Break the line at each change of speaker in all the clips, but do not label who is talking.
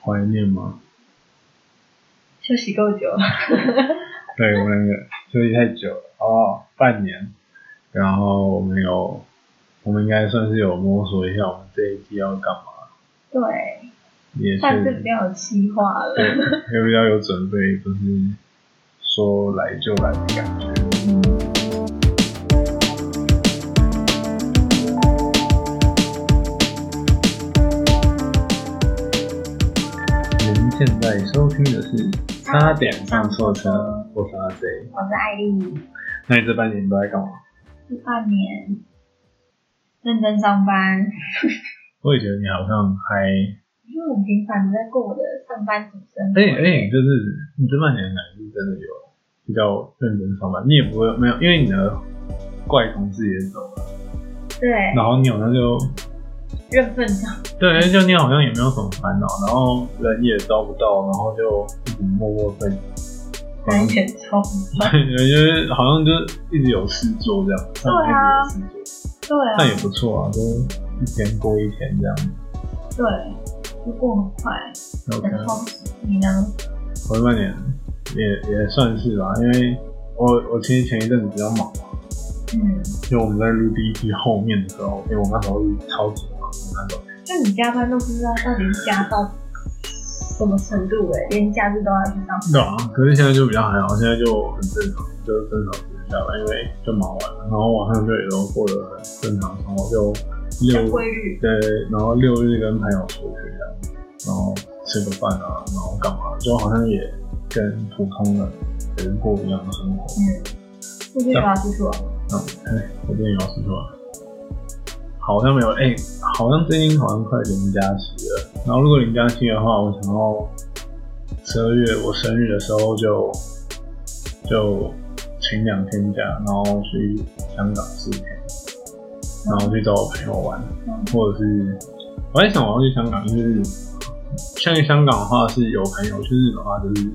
怀念吗？
休息够久 了，
对我们两个休息太久了哦，半年。然后我们有，我们应该算是有摸索一下我们这一季要干嘛，
对，
也
算是
是
比较有计划了。
对，也比较有准备，不是说来就来的感觉。
嗯
您现在收听的是《差点上错车》，我是阿 J。
我是艾丽，
那你这半年都在干嘛？
这半年认真上班，
我也觉得你好像还，
因为我平常都在过我的上班族生活。
而且而且就是你这半年感觉是真的有比较认真上班，你也不会没有，因为你的怪同事也走了，
对，
然后你好像就
认份上，
对，就你好像也没有什么烦恼，然后人也招不到，然后就一直默默奋，好
安
像
全冲。
就是好像就是一直有事做这样，上班一直有事做。
对啊
那，也不错啊，就是一天过一天这样。
对，就过很快，
OK，
很充实。你呢？
回半年也也算是吧，因为我我其实前一阵子比较忙嘛，
嗯，
因为我们在录第一季后面的时候，哎因为我那时候是超级忙的那种，
就你加班都不知道到底加到什么程度哎、连假日都要去上班。
对啊。可是现在就比较还好，现在就很正常，就是正常时间下班，因为就忙完了，然后晚上就也都过得很正常，然后就
很
六
规律，
对，然后六日跟朋友出去这样，然后吃个饭啊，然后干嘛，就好像也跟普通的人过一样的生活。
嗯，出去也要出去玩，
嗯，哎，我最近有事做了，好像没有，哎、好像最近好像快零加七了。然后如果零加七的话，我想要十二月我生日的时候就就请两天假，然后去香港四天，然后去找我朋友玩，
嗯
或者是我在想我要去香港，就是像香港的话是有朋友，去日本的话就是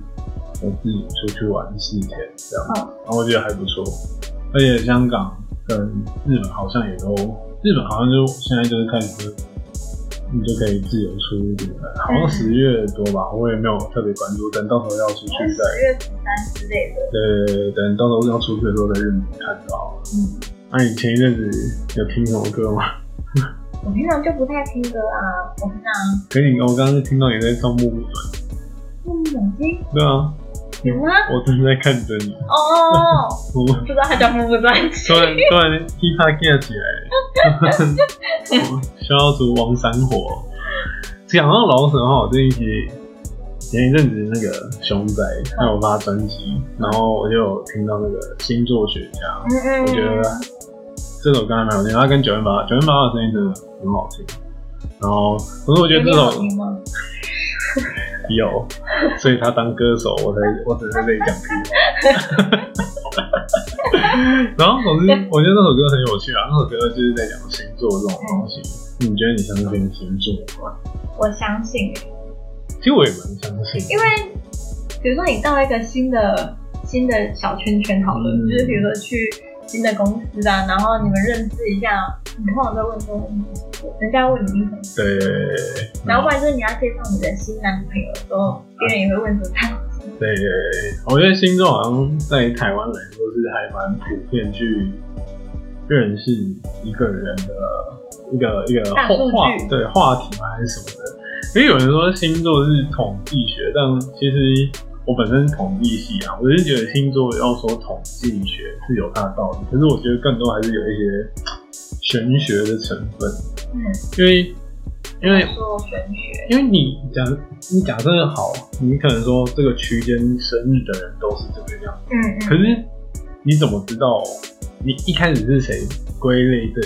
我自己出去玩四天这样。
嗯，
然后我觉得还不错，而且香港跟日本好像也都，日本好像就现在就是开始，你就可以自由出入了，好
嗯
像十月多吧，我也没有特别关注，等到时候要出去
好像
再，
十月十三之类的，
呃，等到时候要出去的时候再认真看就好了。
嗯。
那、你前一阵子有听什么歌吗？
我平常就不太听歌啊，我平常
可是你我刚刚听到你在唱《木木转
用手机》，
对啊，
有吗？
我正在看着你，
哦，
我
不知道它叫木木专辑
突。然突然噼啪 get 起来，消除王山火。讲到老沈哈，我这一集前一阵子那个熊仔他有发专辑，然后我就有听到那个星座学家，
嗯嗯，
我觉得这首歌还蛮好听，他跟九零八九零八的声音真的很好听。然后，可是我觉得这
有
首
好听吗？
有，所以他当歌手，我才我只是在这里讲 屁话。然后总之，我觉得那首歌很有趣啊，那首歌就是在讲星座这种东西。你觉得你相信星座吗？
我相信，
其实我也蛮相信的，
因为比如说你到一个新的新的小圈圈好了，
嗯
就是比如说去新的公司啊，然后你们认识一下，你通常都问说，嗯人家问你什么，
对，
然后不然就是你要介绍你的新男朋友的时候，别人也会问说他
对，我觉得星座好像在台湾来说是还蛮普遍去认识一个人的一个一个
大
话
数据
话对话题吗还是什么的？因为有人说星座是统计学，但其实我本身是统计系啊，我是觉得星座要说统计学是有它的道理，可是我觉得更多还是有一些玄学的成分，
嗯，
因为因为
说玄学，
因为你假你假设好，你可能说这个区间生日的人都是这个样子，
嗯嗯，
可是你怎么知道你一开始是谁归类这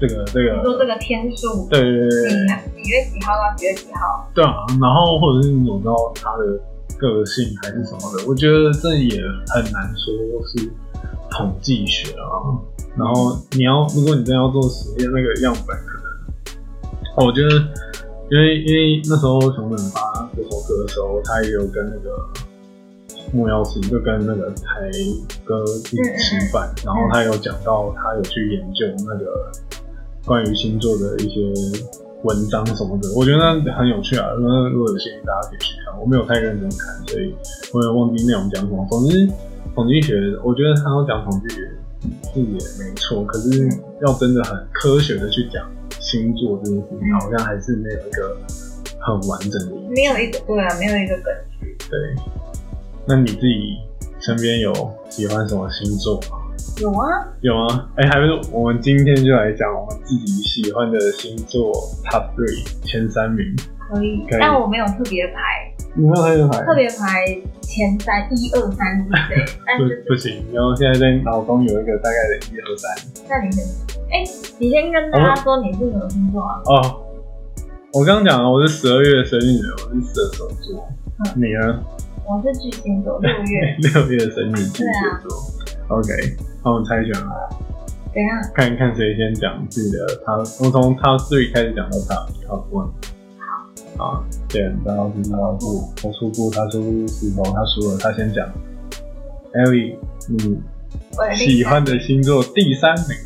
这个这
你说这
个？
个天数。
对对对对
你几月几号到几月几号？
对啊！然后或者是你怎么知道他的个性还是什么的？我觉得这也很难说是统计学啊。然后你要，如果你真的要做实验，那个样本可能，我觉得，因为因为那时候熊本发这首歌的时候，他也有跟那个木曜石，就跟那个台哥一起吃饭，然后他有讲到他有去研究那个关于星座的一些文章什么的，我觉得那很有趣啊。那如果有兴趣，大家可以去看。我没有太认真看，所以我也忘记内容讲什么。总之，统计学，我觉得他要讲统计学是也没错，可是要真的很科学的去讲星座这件事情，好像还是没有一个很完整的意义。
没有一个对啊，没有一个梗。
对，那你自己身边有喜欢什么星座吗？
有啊，
有吗？哎、还是我们今天就来讲我们自己喜欢的星座 Top Three 前三名。
可以
可以，
但我没有特别排，
你没有太多牌，
特别排前三一二三是 谁？但
不
是
不行，然后现在在脑中有一个大概的一二三。
那你先，哎、你先跟大家说你是什么星座啊？
哦，我刚刚讲了，我是十二月生日，我是射手座。
嗯
你呢？。
我是巨蟹座，六月
六月生日，巨
对
蟹
啊
座。OK，那我们猜拳啊，
怎样？
看看谁先讲自己的 top。我从 top three 开始讲到 top top one。好，啊对，然后是他输，我输过，他输石头，他输了，他先讲。Ellie，你
我的第
喜欢的星座第三名，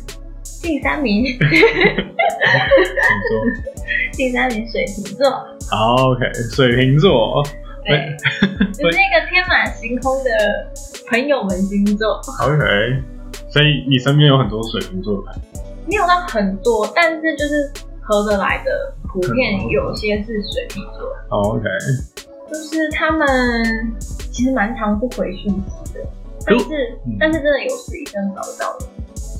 第三名，
请说。
第三名水瓶座，
好，OK，水瓶座，
对，就是那个天马行空的朋友们星座，
OK，所以你身边有很多水瓶座的朋友，
没有到很多，但是就是合得来的，普遍有些是水瓶座，
哦，OK，
就是他们其实蛮常不回讯息的，但是、
嗯
但是真的有事一生找不到人，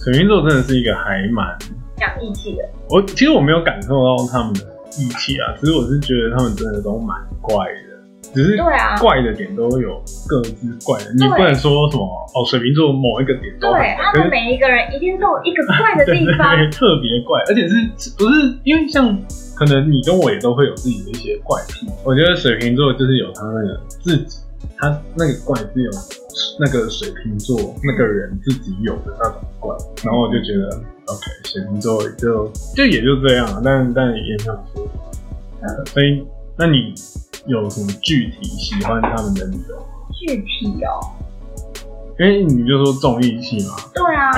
水瓶座真的是一个还蛮，
讲义气的，
我其实我没有感受到他们的义气啊，只是我是觉得他们真的都蛮怪的，只是
对啊，
怪的点都有各自怪的，你
对
不能说什么哦，水瓶座某一个点都很
对
怪，
他
可
们
是
每一个人一定都有一个怪的地方，
对特别怪，而且是是不是因为像可能你跟我也都会有自己的一些怪癖，我觉得水瓶座就是有他那个自己，他那个怪是有那个水瓶座那个人自己有的那种怪，然后我就觉得 OK，水瓶座就就也就这样了，但但也没有说，呃所以那你有什么具体喜欢他们的理由？
具体哦，
因为你就说重义气嘛，
对啊，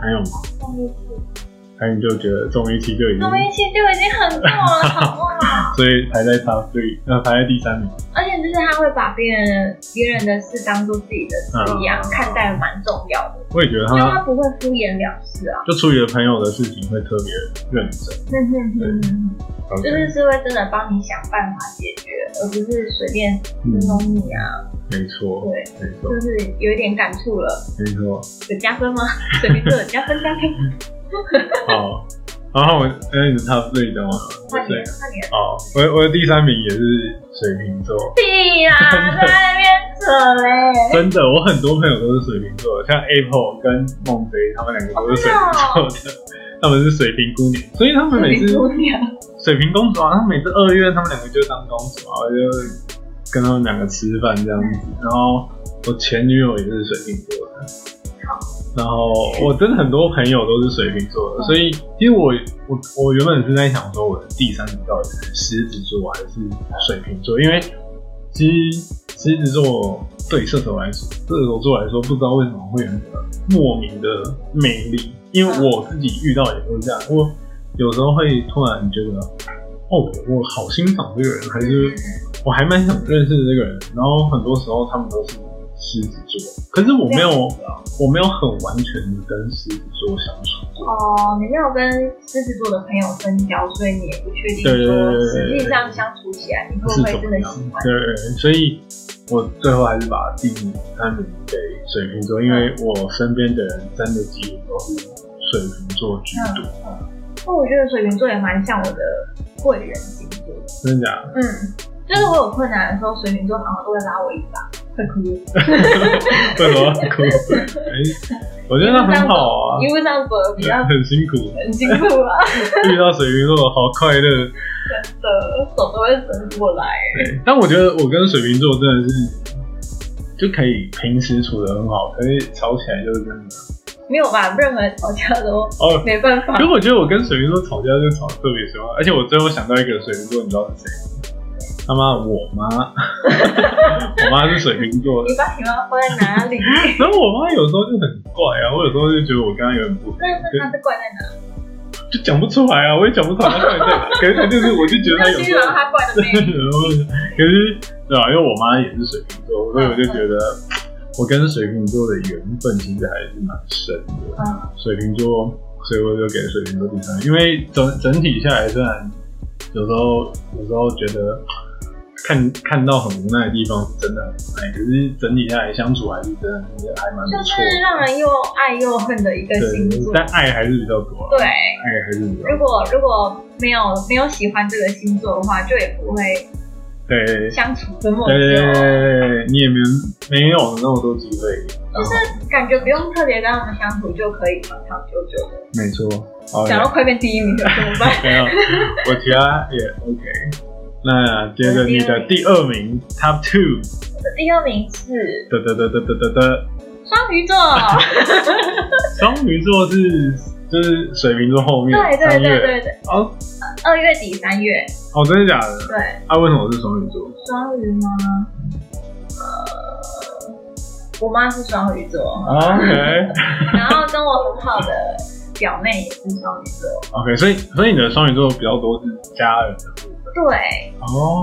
还有吗？
重
嗯
义气，
还有你就觉得重义气就已经
重义气就已经很够了，好不好？
所以排在 top three，呃，排在第三名。
而且就是他会把别人别人的事当做自己的事一样、
嗯
看待，蛮重要的。
我也觉得
因为
他
他不会敷衍了事啊，
就处理了朋友的事情会特别认真。
哼哼
嗯
哼哼哼 就
OK，
是是会真的帮你想办法解决，而不是随便
嗯
糊，弄你啊。
没错，
对，
没错，
就是有一点感触了，
没错。
有加 分吗？水瓶座有加分加分，
好，然后我，哎，你的 top three 讲完
换
了，
你
对
了，，换你了。
好，我的我的第三名也是水瓶座。
屁啦，啊在那边扯嘞。
真的，我很多朋友都是水瓶座的，像 Apple 跟梦飞，他们两个都是水瓶座的， 他们是水瓶姑娘，所以他们每
哎水
次
瓶姑娘，
水瓶公主啊，她每次二月他们两个就当公主啊，我就跟他们两个吃饭这样子。然后我前女友也是水瓶座的，然后我真的很多朋友都是水瓶座的，
嗯
所以其实我我我原本是在想说我的第三名到底是狮子座还是水瓶座，因为其实狮子座对射手来说，射手座来说不知道为什么会有一个莫名的魅力，因为我自己遇到也会这样，我有时候会突然觉得，哦，我好欣赏这个人，还是我还蛮想认识这个人。然后很多时候他们都是狮子座，可是我没有，
啊
我没有很完全的跟狮子座相处过。
哦，你没有跟狮子座的朋友深交，所以你也不确定
对对
说
对对
实
对
际上相处起来你会
是
不会
怎
真
么
的
样
喜欢？
对，所以我最后还是把第三名给水瓶座，因为我身边的人真的几乎都是水瓶座居多。
嗯那我觉得水瓶座也蛮像我的贵人星座的，
真的假的？
嗯，就是我有困难的时候，水瓶座好像都会拉我一把，会哭，
为什么要哭？ 哎、我觉得那很好啊
一，路上走的比较
很辛苦，
很辛苦啊，
遇到水瓶座好快乐。
真的手都会伸不过来。
对，但我觉得我跟水瓶座真的是就可以平时处得很好，可是吵起来就是真的。
没有吧？任何吵架都
哦，
没办法
可，是我觉得我跟水瓶座吵架就吵得特别凶，啊而且我最后想到一个水瓶座，你知道是谁吗？他妈，我妈， 我妈是水瓶座的
你。把你妈放在哪里？
然后我妈有时候就很怪啊，我有时候就觉得我跟她有点不合，
但是他是怪在哪？
就就讲不出来啊，我也讲不出来他到底在哪。可是他就是，我就觉得他
那
有
其
时候
实然后他怪的
对，
妹
然
子，
后 可是对啊，因为我妈也是水瓶座，所以我就觉得我跟水瓶座的缘分其实还是蛮深的。
嗯，
水瓶座，所以我就给水瓶座第三，因为整整体下来，虽然有时候有时候觉得看看到很无奈的地方是真的很无奈，可是整体下来相处还是真的也还蛮不
就
错
是让
的。
人又爱又恨的一个星
对，
座。
但爱还是比较多、啊，
对，
爱还是比较
如果如果没有没有喜欢这个星座的话，就也不会
对。
相处这么
对对对
久，
对对，你也没没有那么多机会，然后
感觉不用特别跟他们相处就可以长长久久的。
没错，好
假如快变第一名了怎 么办？
没有，我其他也 OK。那接着你的第二名 Top Two，
我的第二名是
得得得得得得得，
双鱼座，
双鱼座是就是水瓶座后面
对对
三
对
月
对对，
哦
二月底三月，
哦，真的假的？
对，
啊，为什么是双鱼座？
双鱼吗？呃，我妈是双鱼 座，
啊 OK
然后跟我很好的表妹也是双鱼座，
OK，所以所以你的双鱼座比较多是家人的部分
对，
哦。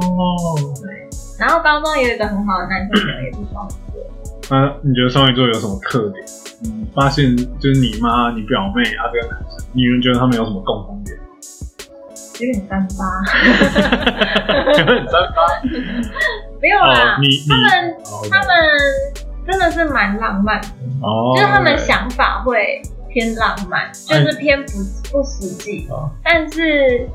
然后高中也有一个很好的男生朋友也是双鱼座，
那你觉得双鱼座有什么特点？你发现就是你妈、你表妹啊这个男生，你们觉得他们有什么共同 点？
有点三八，
有很三八
没有
哦
啦，，
你你
啊他们
哦
他们真的是蛮浪漫的，
哦，
就是他们
OK
想法会偏浪漫，就是偏不不实际
哎哦，
但是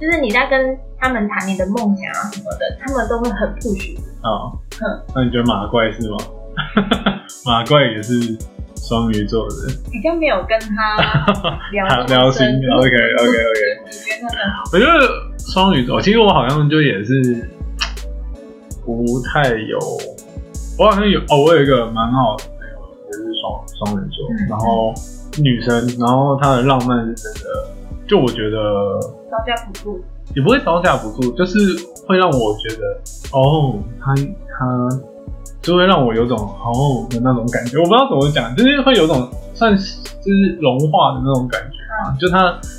就是你在跟他们谈你的梦想啊什么的，他们都会很 push
好
嗯，
哦那你觉得马怪是吗？ 马怪也是双鱼座的，
比较没有 跟他聊
好
那么
聊心
深入
，OK OK OK。
你觉得呢？
我觉得双鱼哦座，其实我好像就也是不太有，我好像有哦，我有一个蛮好的朋友也是双双鱼座，
嗯
然后女生，然后她的浪漫是真的，就我觉得
高价补助，
也不会招架不住，就是会让我觉得，哦，他他就会让我有种哦的那种感觉，我不知道怎么讲，就是会有种算是就是融化的那种感觉啊，就他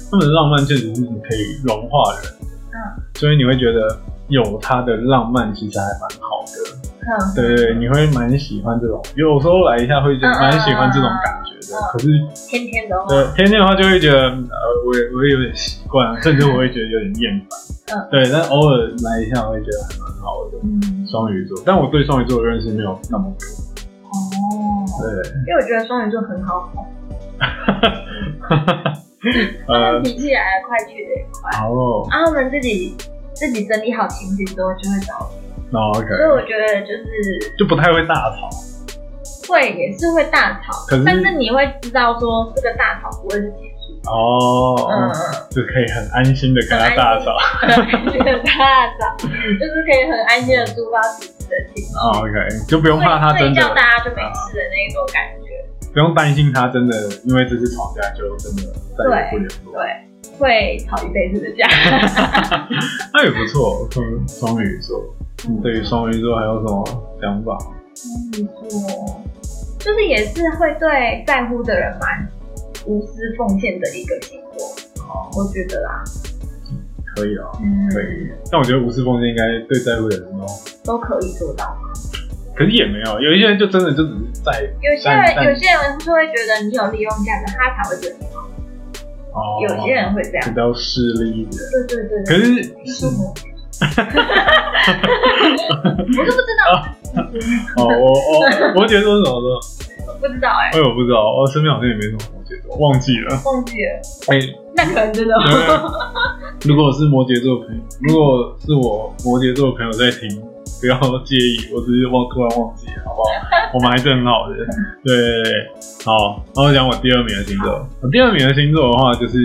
他们的浪漫确实是你可以融化人，
嗯，
所以你会觉得有他的浪漫其实还蛮好的，
嗯，
对对，你会蛮喜欢这种，有时候来一下会觉得蛮喜欢这种感觉的，可是
天天的话，
对，天天的话就会觉得，呃，我也我也有点习 惯，甚至我会觉得有点厌烦。
嗯
对，但偶尔来一下，我会觉得还蛮好的。
嗯，
双鱼座，但我对双鱼座的认识没有那么
哦，
对，
因为我觉得双鱼座很好哄，嗯 他们
呃，
脾气来得快去得也快，
然后
然后他们自己自己整理好情绪之后就会找你，
那 OK，
所以我觉得就是
就不太会大吵。
会也是会大吵
可是，
但是你会知道说这个大吵不会是结束，嗯，
哦，就可以很安心的跟他大吵。
对，这个大吵就是可以很安心的抒发彼此的情绪，
哦 OK，就不用怕他
睡
真
一
的
觉，大家就没事的那种感觉。
不用担心他真的因为这次吵架就真的再也不联络。
对，会吵一辈子的架。
那也不错，双双鱼座。你 对于双鱼座还有什么想法？
双鱼座嗯就是也是会对在乎的人蛮无私奉献的一个星座，
哦，
我觉得啦，
可以啊。
嗯，
可以，但我觉得无私奉献应该对在乎的人哦，
都可以做到。
可是也没有，有一些人就真的就只是在
有些
但但
人有些人就会觉得你有利用价值，他才会对你好。
哦，
有些人会这样
比，较势利一点。
对对对。
可
对
是嗯
听说过我都不知 道，
哦，我我摩羯座是什么座？
不知道哎、
哎，我不知道，我身边好像也没什么摩羯座，忘记了。
忘记了，
哎，
那可能真的。
因为如果是摩羯座的朋友，如果是我摩羯座的朋友在听，不要介意，我只是忘突然忘记了，好 不好？我们还是很好的，对对对。好，那我讲我第二名的星座，我第二名的星座的话就是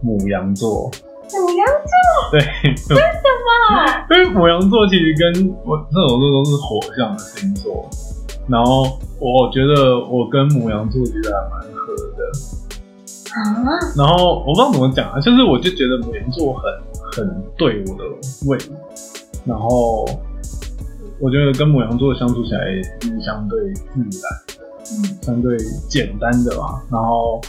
母羊座，
母羊
对，
座，
因为母羊座其实跟我射手座都是火象的星座，然后我觉得我跟母羊座其实还蛮合的，
啊，
然后我不知道怎么讲啊，就是我就觉得母羊座很很对我的胃，然后我觉得跟母羊座相处起来也是相对自然的，
嗯
相对简单的吧。然后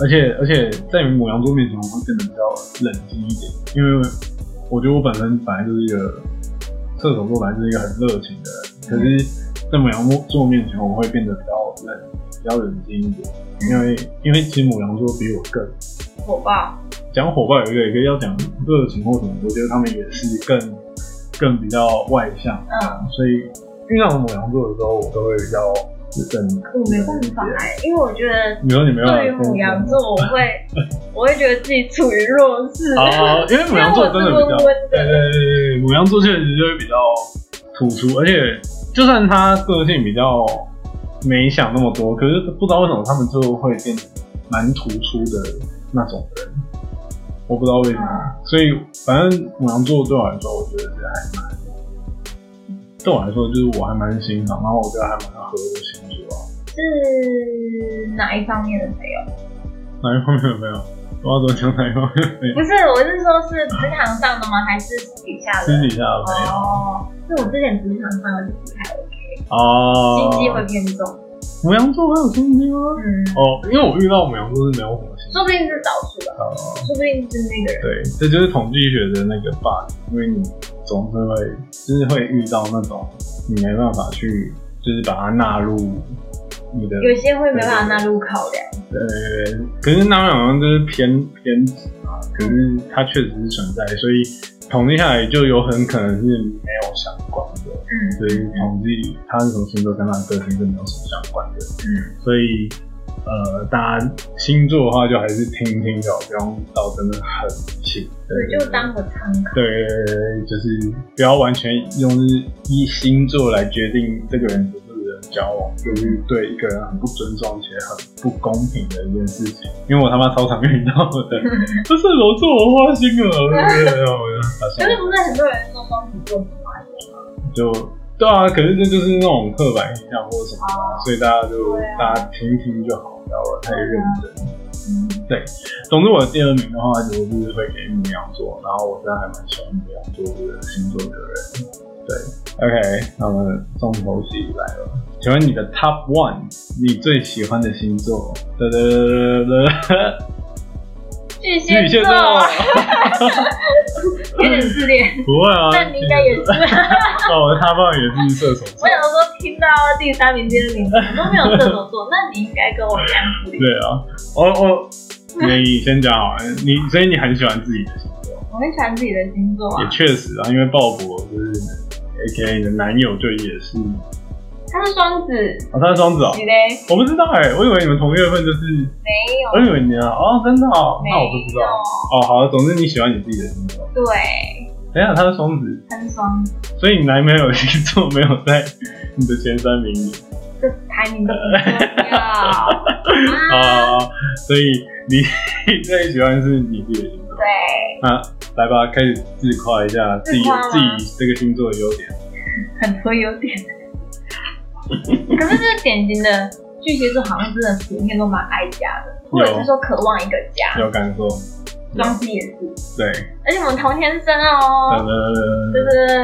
而且而且在母羊座面前，我会变得比较冷静一点，因为我觉得我本身本来就是一个射手座，本来就是一个很热情的人，可是，在母羊座面前，我会变得比较冷，比较冷静一点，因为因为其实母羊座比我更
火爆，
讲火爆有一个，一个要讲热情或什么，我觉得他们也是更更比较外向，
嗯，
所以遇到母羊座的时候，我都会比较冷。
我没办法哎、因为我觉得
你说你没有办法
对于
沟通
母羊座，我会 我会觉得自己处于弱势，
啊，因为母羊座真的
因
比
为我
较
是温温
对
的，
对对对，母羊座确实就会比较突出，而且就算他个性比较没想那么多，可是不知道为什么他们就会变蛮突出的那种人，我不知道为什么。
啊
所以反正母羊座对我来说，我觉得是还蛮，对我来说就是我还蛮欣赏，然后我觉得还蛮合我的星座啊。
是哪一方面的朋友？
哪一方面有没有？我要怎么讲哪一方面没有？
不是，我是说是职场上的吗？还是私底下的
私？底下的朋友
哦，因为我之前职场上的不太 OK，
哦，
心机会偏重，
母羊座会有心机吗？
嗯，
哦，因为我遇到母羊座是没有什么心机
说不定是少数吧，
的。
说不定是那个人，
对，这就是统计学的那个 bug，因为你总是会就是会遇到那种你没办法去，就是把它纳入你的
有些会没办法纳入考量。
呃，可是纳入好像就是偏偏执啊，可是它确实是存在，所以统计下来就有很可能是没有相关的。
嗯
所以统计他是什么星座跟他的个性是没有什么相关的。
嗯，
所以呃，大家星座的话就还是听一听就好，不用到真的很细。
对，就当个参考。
对对对对，就是不要完全用一星座来决定这个人值不值得交往，就是对一个人很不尊重且很不公平的一件事情。因为我他妈超常遇到 的，不是我做我花心了，对对对，我就发
可
现
是不是很多人说双子座不花心？
就对啊，可是这就是那种刻板印象或者什么的啊，所以大家就、
哦对啊
大家听一听就好，不要太认真。
嗯，
总之，我的第二名的话，我就是会给母羊座，然后我真的还蛮喜欢母羊座这个星座的人。对，OK，那我们重头戏来了，请问你的 Top One，你最喜欢的星座？哒哒哒哒哒，
巨蟹
巨蟹座，
有点自恋，
不会啊，
但你应该也是。
哦，我的 Top One 也是射手座
我，想说，听到第三名、第二名，我都没有射手座，那你应该跟我一样自
嗯
恋。
对啊，我我你先讲好了，你所以你很喜欢自己的星座，
我很喜欢自己的星座
也
啊，
确实啊，因为鲍勃就是 AKA 你的男友就也是，
他是双子，
哦，他是双子哦。
你嘞？
我不知道哎、我以为你们同月份就是，
没有，
我以为你啊，哦，真的哦，
没
那我不知道。
有，
哦，好，总之你喜欢你自己的星座。
对，
等一下，他是双子，
他是双子，
所以你男朋友星座没有在你的前三名里
这排名都不重 要啊。
啊、所以你 最喜欢是你自己的星座。
对，
那来吧，开始自夸一下自己
自夸吗
自己这个星座的优点。
很多优 点。可是这是典型的巨蟹座，好像真的普遍都蛮爱家的，或者是说渴望一个家。
有感受，
双子也是，
对，
而且我们同天生
呃
哦，，就是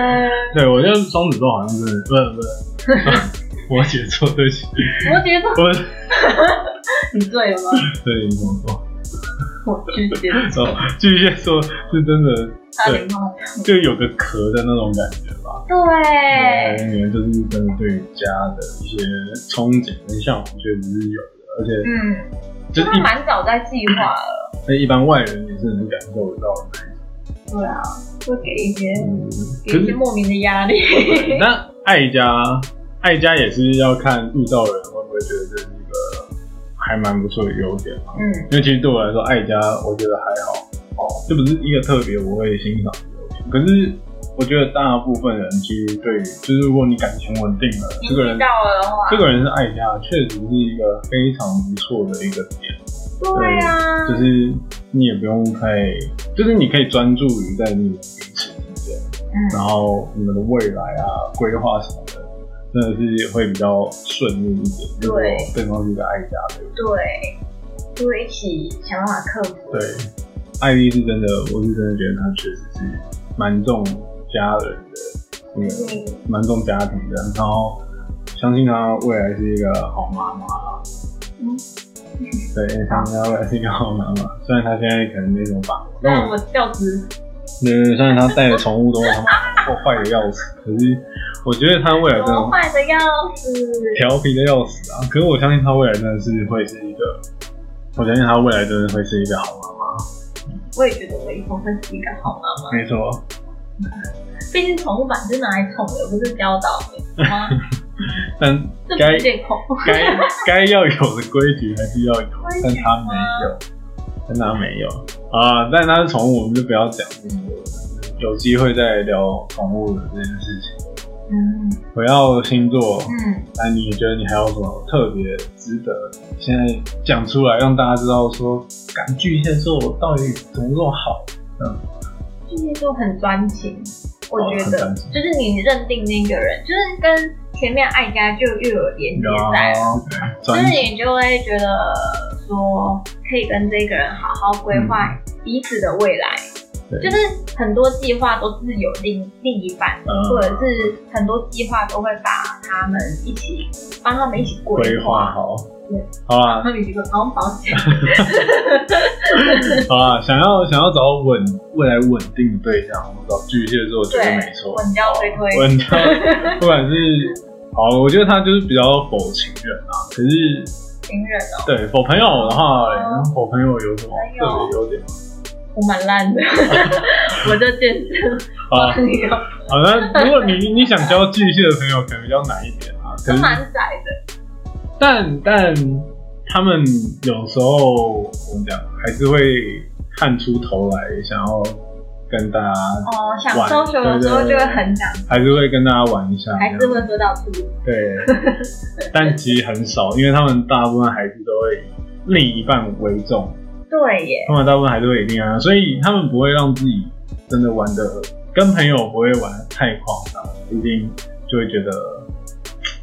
对我觉得双子座好像是，不是不是， 摩羯座，对不起，
摩羯座，
我
你醉了吗？
对你怎么说？
我巨蟹座，
哦，巨蟹座是真的
差点忘了。
就有个壳的那种感觉吧。
对，
对，你们就是真的对于家的一些憧憬跟向往确实是有的，而且
嗯，
就
就是是蛮早在计划了。
一一般外人也是能感受得到的。
对啊，会给一些
嗯，
给
可
一些
是
莫名的压力。
对那爱家爱家也是要看遇到人会不会觉得这是一个还蛮不错的优点嘛。
嗯，
因为其实对我来说，爱家我觉得还好，哦，这不是一个特别我会欣赏的优点。可是我觉得大部分人其实对于，就是如果你感情稳定了，
年
这个人
纪到了的话，
这个人是爱家，确实是一个非常不错的一个点，
对啊，
就是你也不用太，就是你可以专注于在你们彼此之间，然
嗯，
后你们的未来啊、规划什么的，真的是会比较顺利一点。如果
对
对方是一个爱家的人，
对，就会一起想办法克服。
对，艾丽是真的，我是真的觉得她确实是蛮重家人的，那个
嗯，
蛮重家庭的，然后相信她未来是一个好妈妈啦。
嗯
对，想要来是一个好妈 妈，虽然她现在可能没什么把握，但
那
我
我调职，
对，虽然她带的宠物都他妈破坏的要死，可是我觉得她未来真
我
的
坏的要死。
调皮的要死啊！可是我相信她未来真的是会是一个，我相信她未来真的会是一个好妈妈。
我也觉得我以后会是一个好妈妈，
没错，
毕竟宠物版是拿来宠的，不是教导 的。哇，
但
这不
该
是借口。
该该要有的规矩还是要有，
规
但
矩
他没有，但他没有啊。但他是宠物，我们就不要讲这么多了，有机会再聊宠物的这件事情。
嗯
回到星座，
嗯，
那你觉得你还有什么特别值得现在讲出来，让大家知道说，感巨蟹座到底怎么做好？
巨蟹座很专情，我
哦
觉
很
得、
专情
就是你认定那个人，就是跟前面爱家就又有连接在了。
然后
就是
哦啊 专
你就会觉得说，可以跟这个人好好规划彼此的未来。
嗯对
就是很多计划都是有另另一半，
嗯
或者是很多计划都会把他们一起帮他们一起
规划
划。
好
对，
好啦，
他们一个好像保 险，
好啊，想要想要找稳未来稳定的对象，我找巨蟹座绝对没错。
稳交推推
稳交，不管是好，我觉得他就是比较否情人啊。可是
情人哦，
对否朋友的话哎
哦，
否朋友有什么
朋友
特别优点吗？
我蛮烂 的，我就健身
啊，
房一个，
好像如果你你想交巨蟹的朋友，可能比较难一点啊。可
都
是
蛮窄的。
但但他们有时候怎么讲，还是会看出头来，想要跟大家，
哦，想
玩
收球的时候就会很想，
还是会跟大家玩一下，
还是会喝到吐。
对， 但其实很少，因为他们大部分还是都会以另一半为重，
对耶，
他们大部分还是会以另一半，所以他们不会让自己真的玩的跟朋友不会玩的太夸张，毕竟就会觉得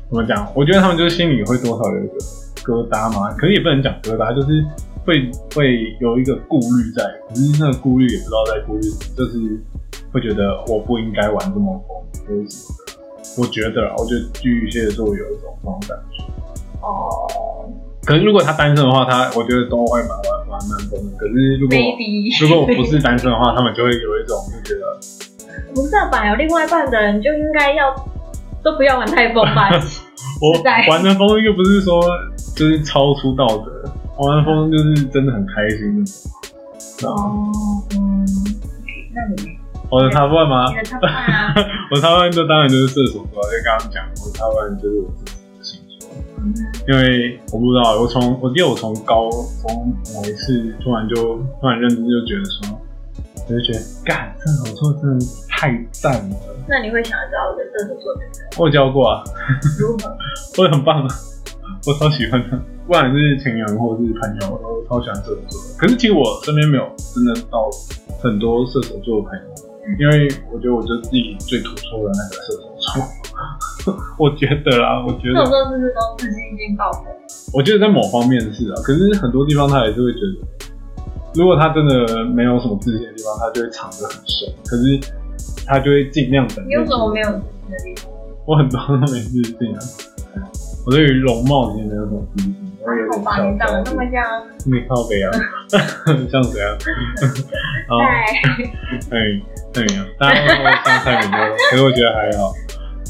怎么讲？我觉得他们就是心里会多少有一个疙瘩嘛，可是也不能讲疙瘩，就是会会有一个顾虑在，可是那个顾虑也不知道在顾虑什么，就是会觉得我不应该玩这么疯，或者什么的。我觉得啊，我觉得巨蟹座有一种这种感觉。
哦
可是如果他单身的话，他我觉得都会蛮玩玩蛮疯的。可是如果
，maybe。
如果不是单身的话，他们就会有一种就觉得
不是啊，本来有另外一半的人就应该要都不要玩太疯 吧？是在
我玩的疯又不是说就是超出道德，玩的疯就是真的很开心的。啊，
哦，嗯，那你
我的他万吗
你？的他爸啊？
我的他万就当然就是射手座，就刚刚讲，我的他万就是我自己的星座，
嗯
因为我不知道，我从我记得我从高中某一次突然就突然认知就觉得说，我就觉得干射手座真的太赞了，
那你会想要知道我的射手座的人
我有教过啊，
如何？
我很棒啊，我超喜欢的，不管是情人或是朋友，我都超喜欢射手座的。可是其实我身边没有真的到很多射手座的朋友，
嗯
因为我觉得我就是自己最突出的那个射手座。 我觉得啦，我觉
射手
得，
座是不是都自信心爆棚？
我觉得在某方面是啊，可是很多地方他也是会觉得，如果他真的没有什么自信的地方，他就会藏得很深，可是他就会尽量等。
你为什么没有自信的地方？
我很多都没自信啊。我对于容貌其实没有什么自信，我有
还好
点小
吧，你长
焦
得那么
虑。
像，
你靠北啊， 像谁啊？ 啊，
在
哎，哎呀，大家都说像蔡明 哥，可是我觉得还好。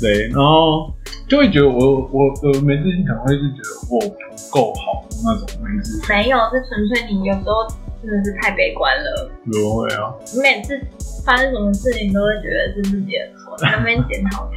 对，然后就会觉得我我我没自信，可能会是觉得我不够好那种没自信。
没有，是纯粹你有时候真的是太悲观了。
不会啊，
你每次发生什么事情都会觉得是自己的错，在那边检讨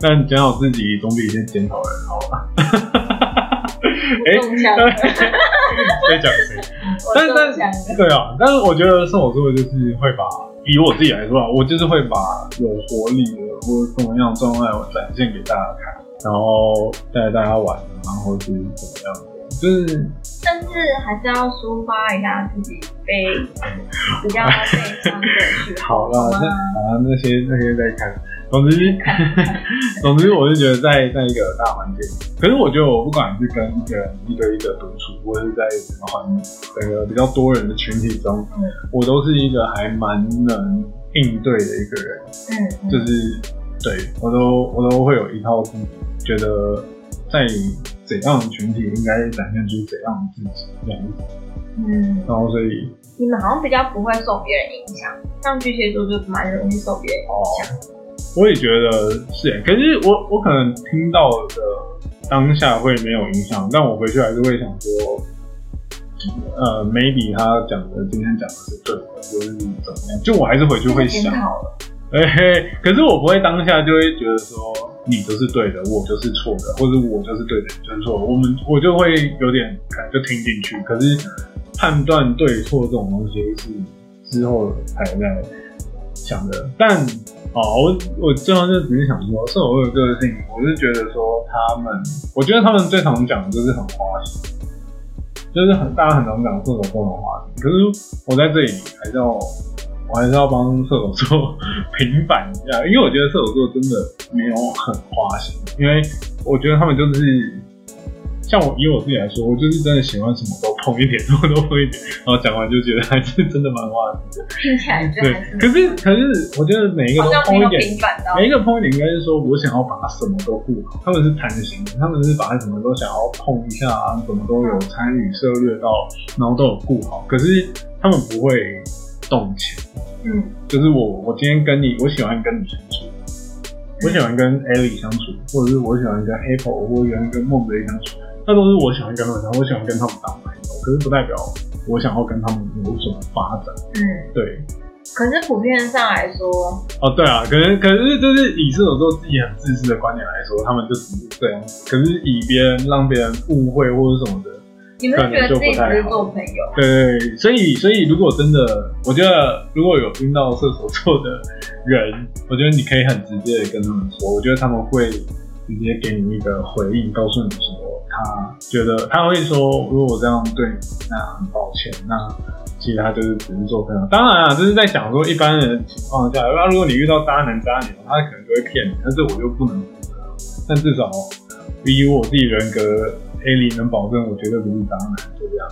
但检讨自己总比先检讨人好吧？ 哎
中 枪了，
在讲谁？
我
但
中枪了。
但对啊，但是我觉得射手座就是会把，以我自己来说啊，我就是会把有活力的或者怎么样的状态我展现给大家看，然后带大家玩，啊然后是怎么样的，就是
但是还是要抒发一下自己被比较悲伤的时
好
候
了，
吗
那啊那些那些再看，总之 总之我是觉得在在一个大环境，可是我觉得我不管是跟一个人一对一的独处，或者是在整个环整个比较多人的群体中，
嗯
我都是一个还蛮能应对的一个人。
嗯，
就是对我都我都会有一套自己觉得在怎样的群体应该展现出怎样的自己这样子。
嗯，
然后所以
你们好像比较不会受别人影响，像巨蟹座就蛮容易受别人影响。
我也觉得是欸耶，可是我我可能听到的当下会没有影响，但我回去还是会想说，呃，maybe 他讲的今天讲的是对的，或是怎么样，就我还是回去会
检
想，
讨了，
哎、嘿，可是我不会当下就会觉得说你就是对的，我就是错的，或者我就是对的，你就是错的，我们我就会有点可能就听进去，可是判断对错这种东西是之后才在想的，但哦，我我最后就只是想说，射手座的个性，我是觉得说他们，我觉得他们最常讲的就是很花心，就是很大家很常讲射手座很花心，可是我在这里还是要。我还是要帮射手座平反一下，因为我觉得射手座真的没有很花心，因为我觉得他们就是像我以我自己来说，我就是真的喜欢什么都碰一点，什么都碰一点，然后讲完就觉得还是真的蛮花 心的。
听起来就
对
还，是
可是可是我觉得每一个
好
都
像
碰
没
一
有
点，
平反到。
每一个碰一点应该是说我想要把什么都顾好，他们是贪心，他们是把什么都想要碰一下啊，什么都有参与涉略到，然后都有顾好，可是他们不会动钱。
嗯，
就是我我今天跟你，我喜欢跟你相处，我喜欢跟 Ellie 相处，或者是我喜欢跟 Apple，或者喜欢跟梦飞相处，那都是我喜欢跟他们相处，我喜欢跟他们当朋友，可是不代表我想要跟他们有什么发展。
嗯，
对，
可是普遍上来说，
哦，对啊，可能可是就是以射手座自己很自私的观点来说，他们就只是这样，可是以别人让别人误会或者什么的，
你们是觉得自己只是做朋友，
对，所以所以如果真的，我觉得如果有听到射手座的人，我觉得你可以很直接的跟他们说，我觉得他们会直接给你一个回应，告诉你说他觉得他会说，如果我这样对你，那很抱歉，那其实他就是只是做朋友。当然啊，就是在讲说一般人情况下，那如果你遇到渣男渣女，他可能就会骗你，但是我就不能负责。但至少以我自己人格，A 能保证我绝对不是渣男，就这样。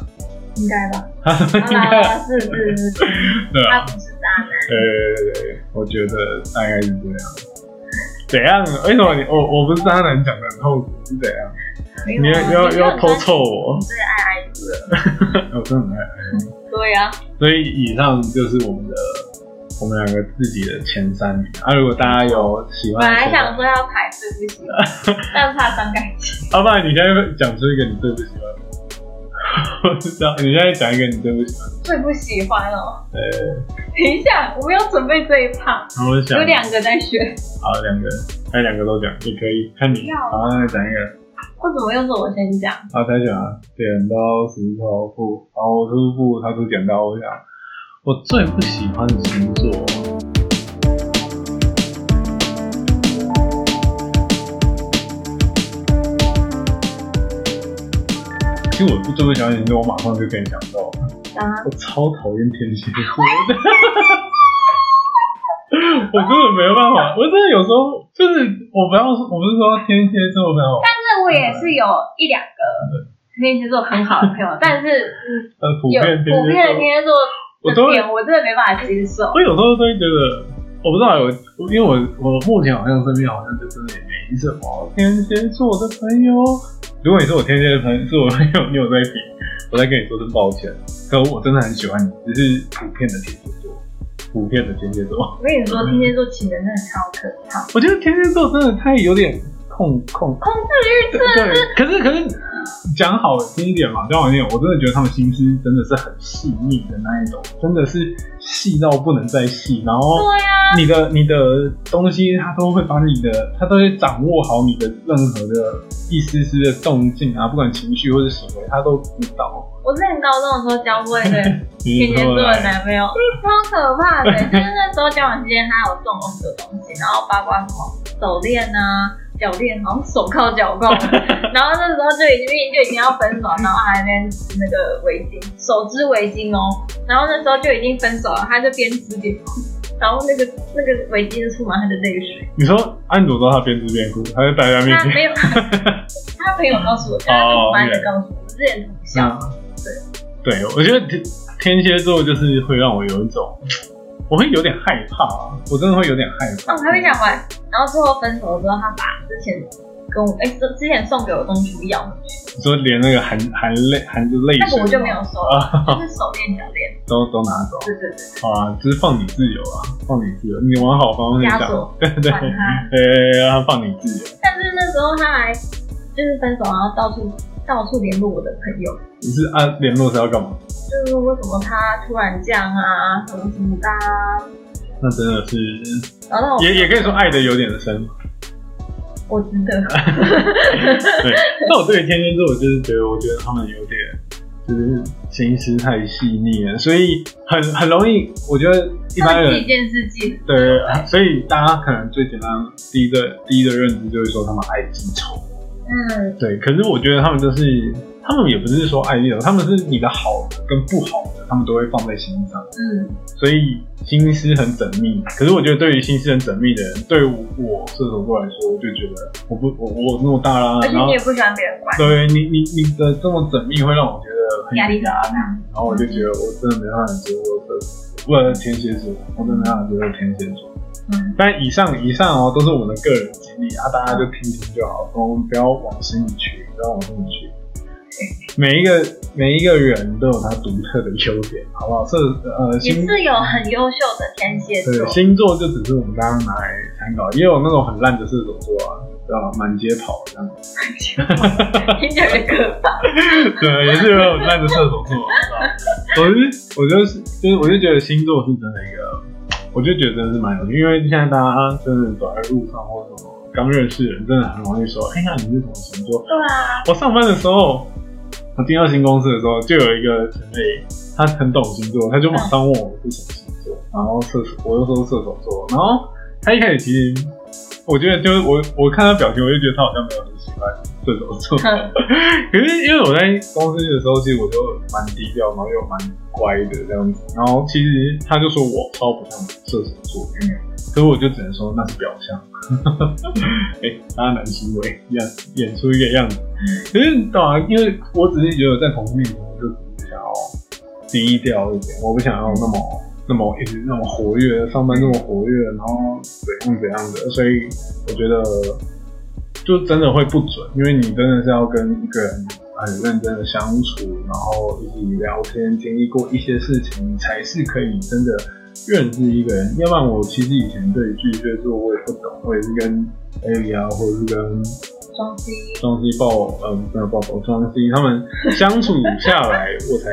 应该吧？
应该啊
啊，是是是是，
对啊
他，不是渣男，
呃，我觉得大概是这样。怎样？为什么你我我不是渣男讲的很痛苦是怎样？
没
你
有
要
啊
要
你
要偷
很
臭我？
最爱孩子了，
我真的很爱。
对啊呀、
所以以上就是我们的我们两个自己的前三名啊。如果大家有喜欢
本
的
来
前三，
想说要排最 不喜欢，但怕伤感情。
啊要、不然你现在讲出一个你最不喜欢的。 我知道，你现在讲一个你最不喜欢的。
最不喜欢哦。
呃，
等一下，我没有准备这一趴，
然后我想
有两个在选，
好两个，那两个都讲也可以，看你。
要
好，
啊
那讲一个。
为什么又是我先讲？
好，猜拳啊，剪刀石头布，好，我出布，他出剪刀，我想，我最不喜欢的星座，其实我最不喜欢的星座，我马上就跟你讲到，
啊，
我超讨厌天蝎座的。我真的没有办法，我真的有时候就是我不要，我不是说天蝎座没有，
但是我也是有一两个天蝎座很好的朋友，但是嗯
呃，普
有
遍天蝎座
普遍的天蝎座
我都
的
会
点，我真的没办法接受。
我有时候都会觉得，我不知道有，我因为我我目前好像身边好像就真的也没什么天蝎座的朋友。如果你是我天蝎的朋友，是我朋友，你有在听，我在跟你说声抱歉。可我真的很喜欢你，只是普遍的天蝎座，普遍的天蝎座。
我跟你说，天蝎座情人真的超可怕，
我觉得天蝎座真的太有点控控
控制
对对，可是可是讲好听一点嘛，讲好听一点，我真的觉得他们心思真的是很细腻的那一种，真的是细到不能再细，然后。
欲，对啊呀、
你的你的东西，他都会把你的，他都会掌握好你的任何的一丝丝的动静啊，不管情绪或者行为，他都知道。
我之前高中的时候交过一个
天
天蝎座的男朋友，超可怕的。 就是那时候交往期间，他有送我很多东西，然后包括什么手链啊、脚链，好像手铐、脚 铐。然后那时候就已经就已经要分手，然后还在那边织那个围巾，手织围巾哦。然后那时候就已经分手了，他就边织边哭，然后那个那个围巾就充满他的泪水。
你说安卓知道他边吃边嗯哭，他就待在面
他
前。
没有，他朋友告诉 我，他同班的告诉我，我之前同校。
对，对，我觉得天天蝎座就是会让我有一种，我会有点
哦
害怕、啊，我真的会有点害怕。
哦，还会想玩。然后最后分手之后，他把之前跟我哎，之、之前送给我东西不要回去，
说连那个含含泪含着泪
那个
水，
我就没有收了，
啊，
就是手链、脚链，
都都拿走，
对对对，
好啊，就是放你自由啊，放你自由，你往好方面
枷
想，
锁
对对，
还他。
呃，让他放你自由，
但是那时候他还就是分手，然后到处到处联络我的朋友，
你是啊，联络是要干嘛？
就是说为什么他突然这样啊，什么什么的、啊，
那真的是，
然后让我
也也可以说爱的有点深。
我值得，
对，那我对于天蝎座，我就是觉得，我觉得他们有点就是心思太细腻了，所以很很容易，我觉得 一
他
般
们
人
一件事情，
对，啊所以大家可能最简单第一个第一个认知就是说他们爱记仇，
嗯，
对。可是我觉得他们就是他们也不是说爱记仇，他们是你的好的跟不好的，他们都会放在心上，
嗯，
所以心思很缜密。可是我觉得对于心思很缜密的人，对我我射手座来说，我就觉得我不我我那么大啦，
而且
然后
你也不喜欢别人管，
对你你你的这么缜密会让我觉得很有
压力很
压
大
力，然后我就觉得我真的没办法接受射手，为了天蝎座，我真的没办法接受天蝎座。
嗯，
但以上以上哦，都是我们的个人经历啊，大家就听听就好，我们不要往心里去，不要往心里 去。每一个每一个人都有他独特的优点，好不好？这呃
也
星
是有很优秀的天蝎座，
对星座就只是我们刚刚拿来参考，也有那种很烂的射手座啊，对吧？满街跑这样，
听起来有点可怕，
对，也是有很烂的射手座，啊。总之，我就是就是我就觉得星座是真的一个，我就觉得真的是蛮有趣，因为现在大家真的走在路上或者什么刚认识的人，真的很容易说，哎呀，你是什么星座？
对啊，
我上班的时候，我进到新公司的时候，就有一个前辈，他很懂星座，他就马上问我是什么星座，然后射手，我就说射手座，然后他一开始其实，我觉得就是我我看他表情，我就觉得他好像没有很喜欢射手座， 可是因为我在公司的时候，其实我就蛮低调，然后又蛮乖的这样子，然后其实他就说我超不像射手座，
嗯
可是我就只能说那是表象。 哎、大家男行为演演出一个样子，可是懂啊，因为我只是觉得在同事面前，我就只是想要低调一点，我不想要那么那么一直那么活跃，上班那么活跃，然后怎样怎样的，所以我觉得就真的会不准，因为你真的是要跟一个人很认真的相处，然后一起聊天，经历过一些事情，你才是可以真的认识一个人。要不然我其实以前对巨蟹座我也不懂，我也是跟 A B 啊，或者是跟
双 C，
双 C 爆，嗯，没有爆头，双 C 他们相处下来，我才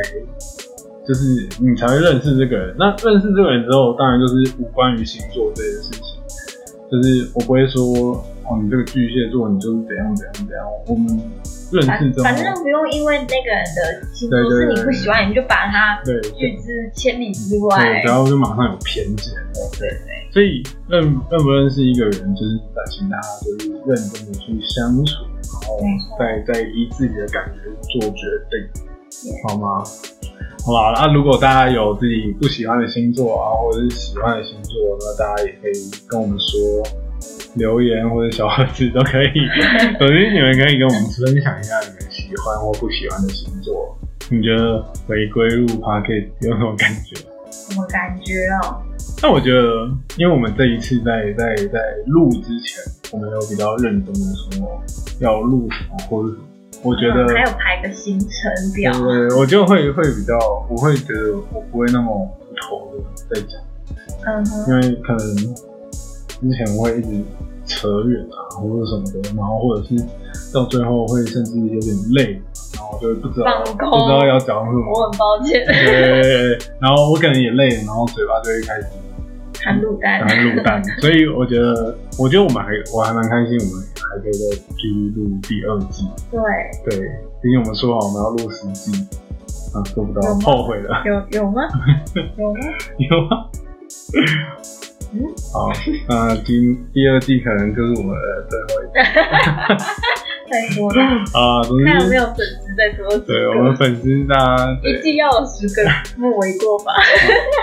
就是你才会认识这个人。那认识这个人之后，当然就是无关于星座这件事情，就是我不会说哦，你这个巨蟹座你就是怎样怎样怎样。我们认
反
识之后，
反正不用因为那个人的星座
对对
是
对
你不喜欢，你就把他
对
拒之千里之
对，
外，
然后就马上有偏见。
对
所以认认不认识一个人，就是在请大家就是认真的去相处，然后
没错
再再依自己的感觉做决定
Yeah，
好吗？好吧，那、如果大家有自己不喜欢的星座啊，或者是喜欢的星座，那大家也可以跟我们说，留言或者小盒子都可 以。总之，你们可以跟我们分享一下你们喜欢或不喜欢的星座。你觉得回归路 p a r k 有什么感觉？
什么感觉哦？
那我觉得，因为我们这一次在在在录之前，我们有比较认真的说要录什么或者什么，我觉得
嗯还有排个行程表，
对，我就会会比较，我会觉得我不会那么无头的在讲，
嗯哼，
因为可能之前会一直扯远啊，或者什么的，然后或者是到最后会甚至有点累，啊然后就会不知道
放
不
空
知道要讲什么，
我很抱歉，
对，然后我可能也累了，然后嘴巴就会开始。
含卤蛋
然，后录蛋，所以我觉得，我觉得我们还我还蛮开心，我们还可以再继续录第二季。
对，
对，毕竟我们说好我们要录十季，啊，做不
嗯
到，后悔了，
有 有吗？有吗？
有吗？
嗯
好，那今第二季可能就是我们的最后一季
太多了，
啊，总
看有
之，
没有粉丝在说十
对我们
个，
粉丝大家， 对
一季要有十个，不为过吧？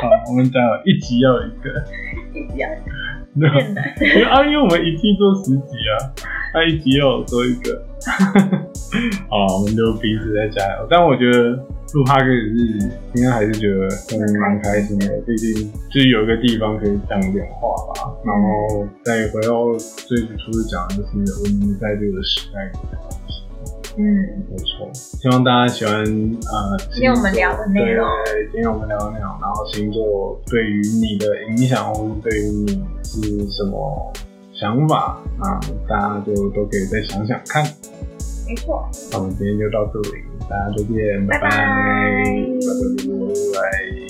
好，我们讲一集要有一个，
一季要有
对吧
点难，
因为啊，因为我们一季做十集啊，那、 一集要有做一个，好，我们就彼此再加油。但我觉得录 p o d c a s 是应该还是觉得嗯蛮开心的，毕竟就是有一个地方可以讲一点话吧。然后再回到最初讲的就是我们在这个时代里的东西，
嗯，
没错。希望大家喜欢呃
今天我们聊的内
对，
容
啊对对今天我们聊的内容，然后星座对于你的影响，或是对于你是什么想法啊，大家就都可以再想想看。
没错，
那我们今天就到这里，大家再见，拜拜，
拜拜
拜拜拜拜。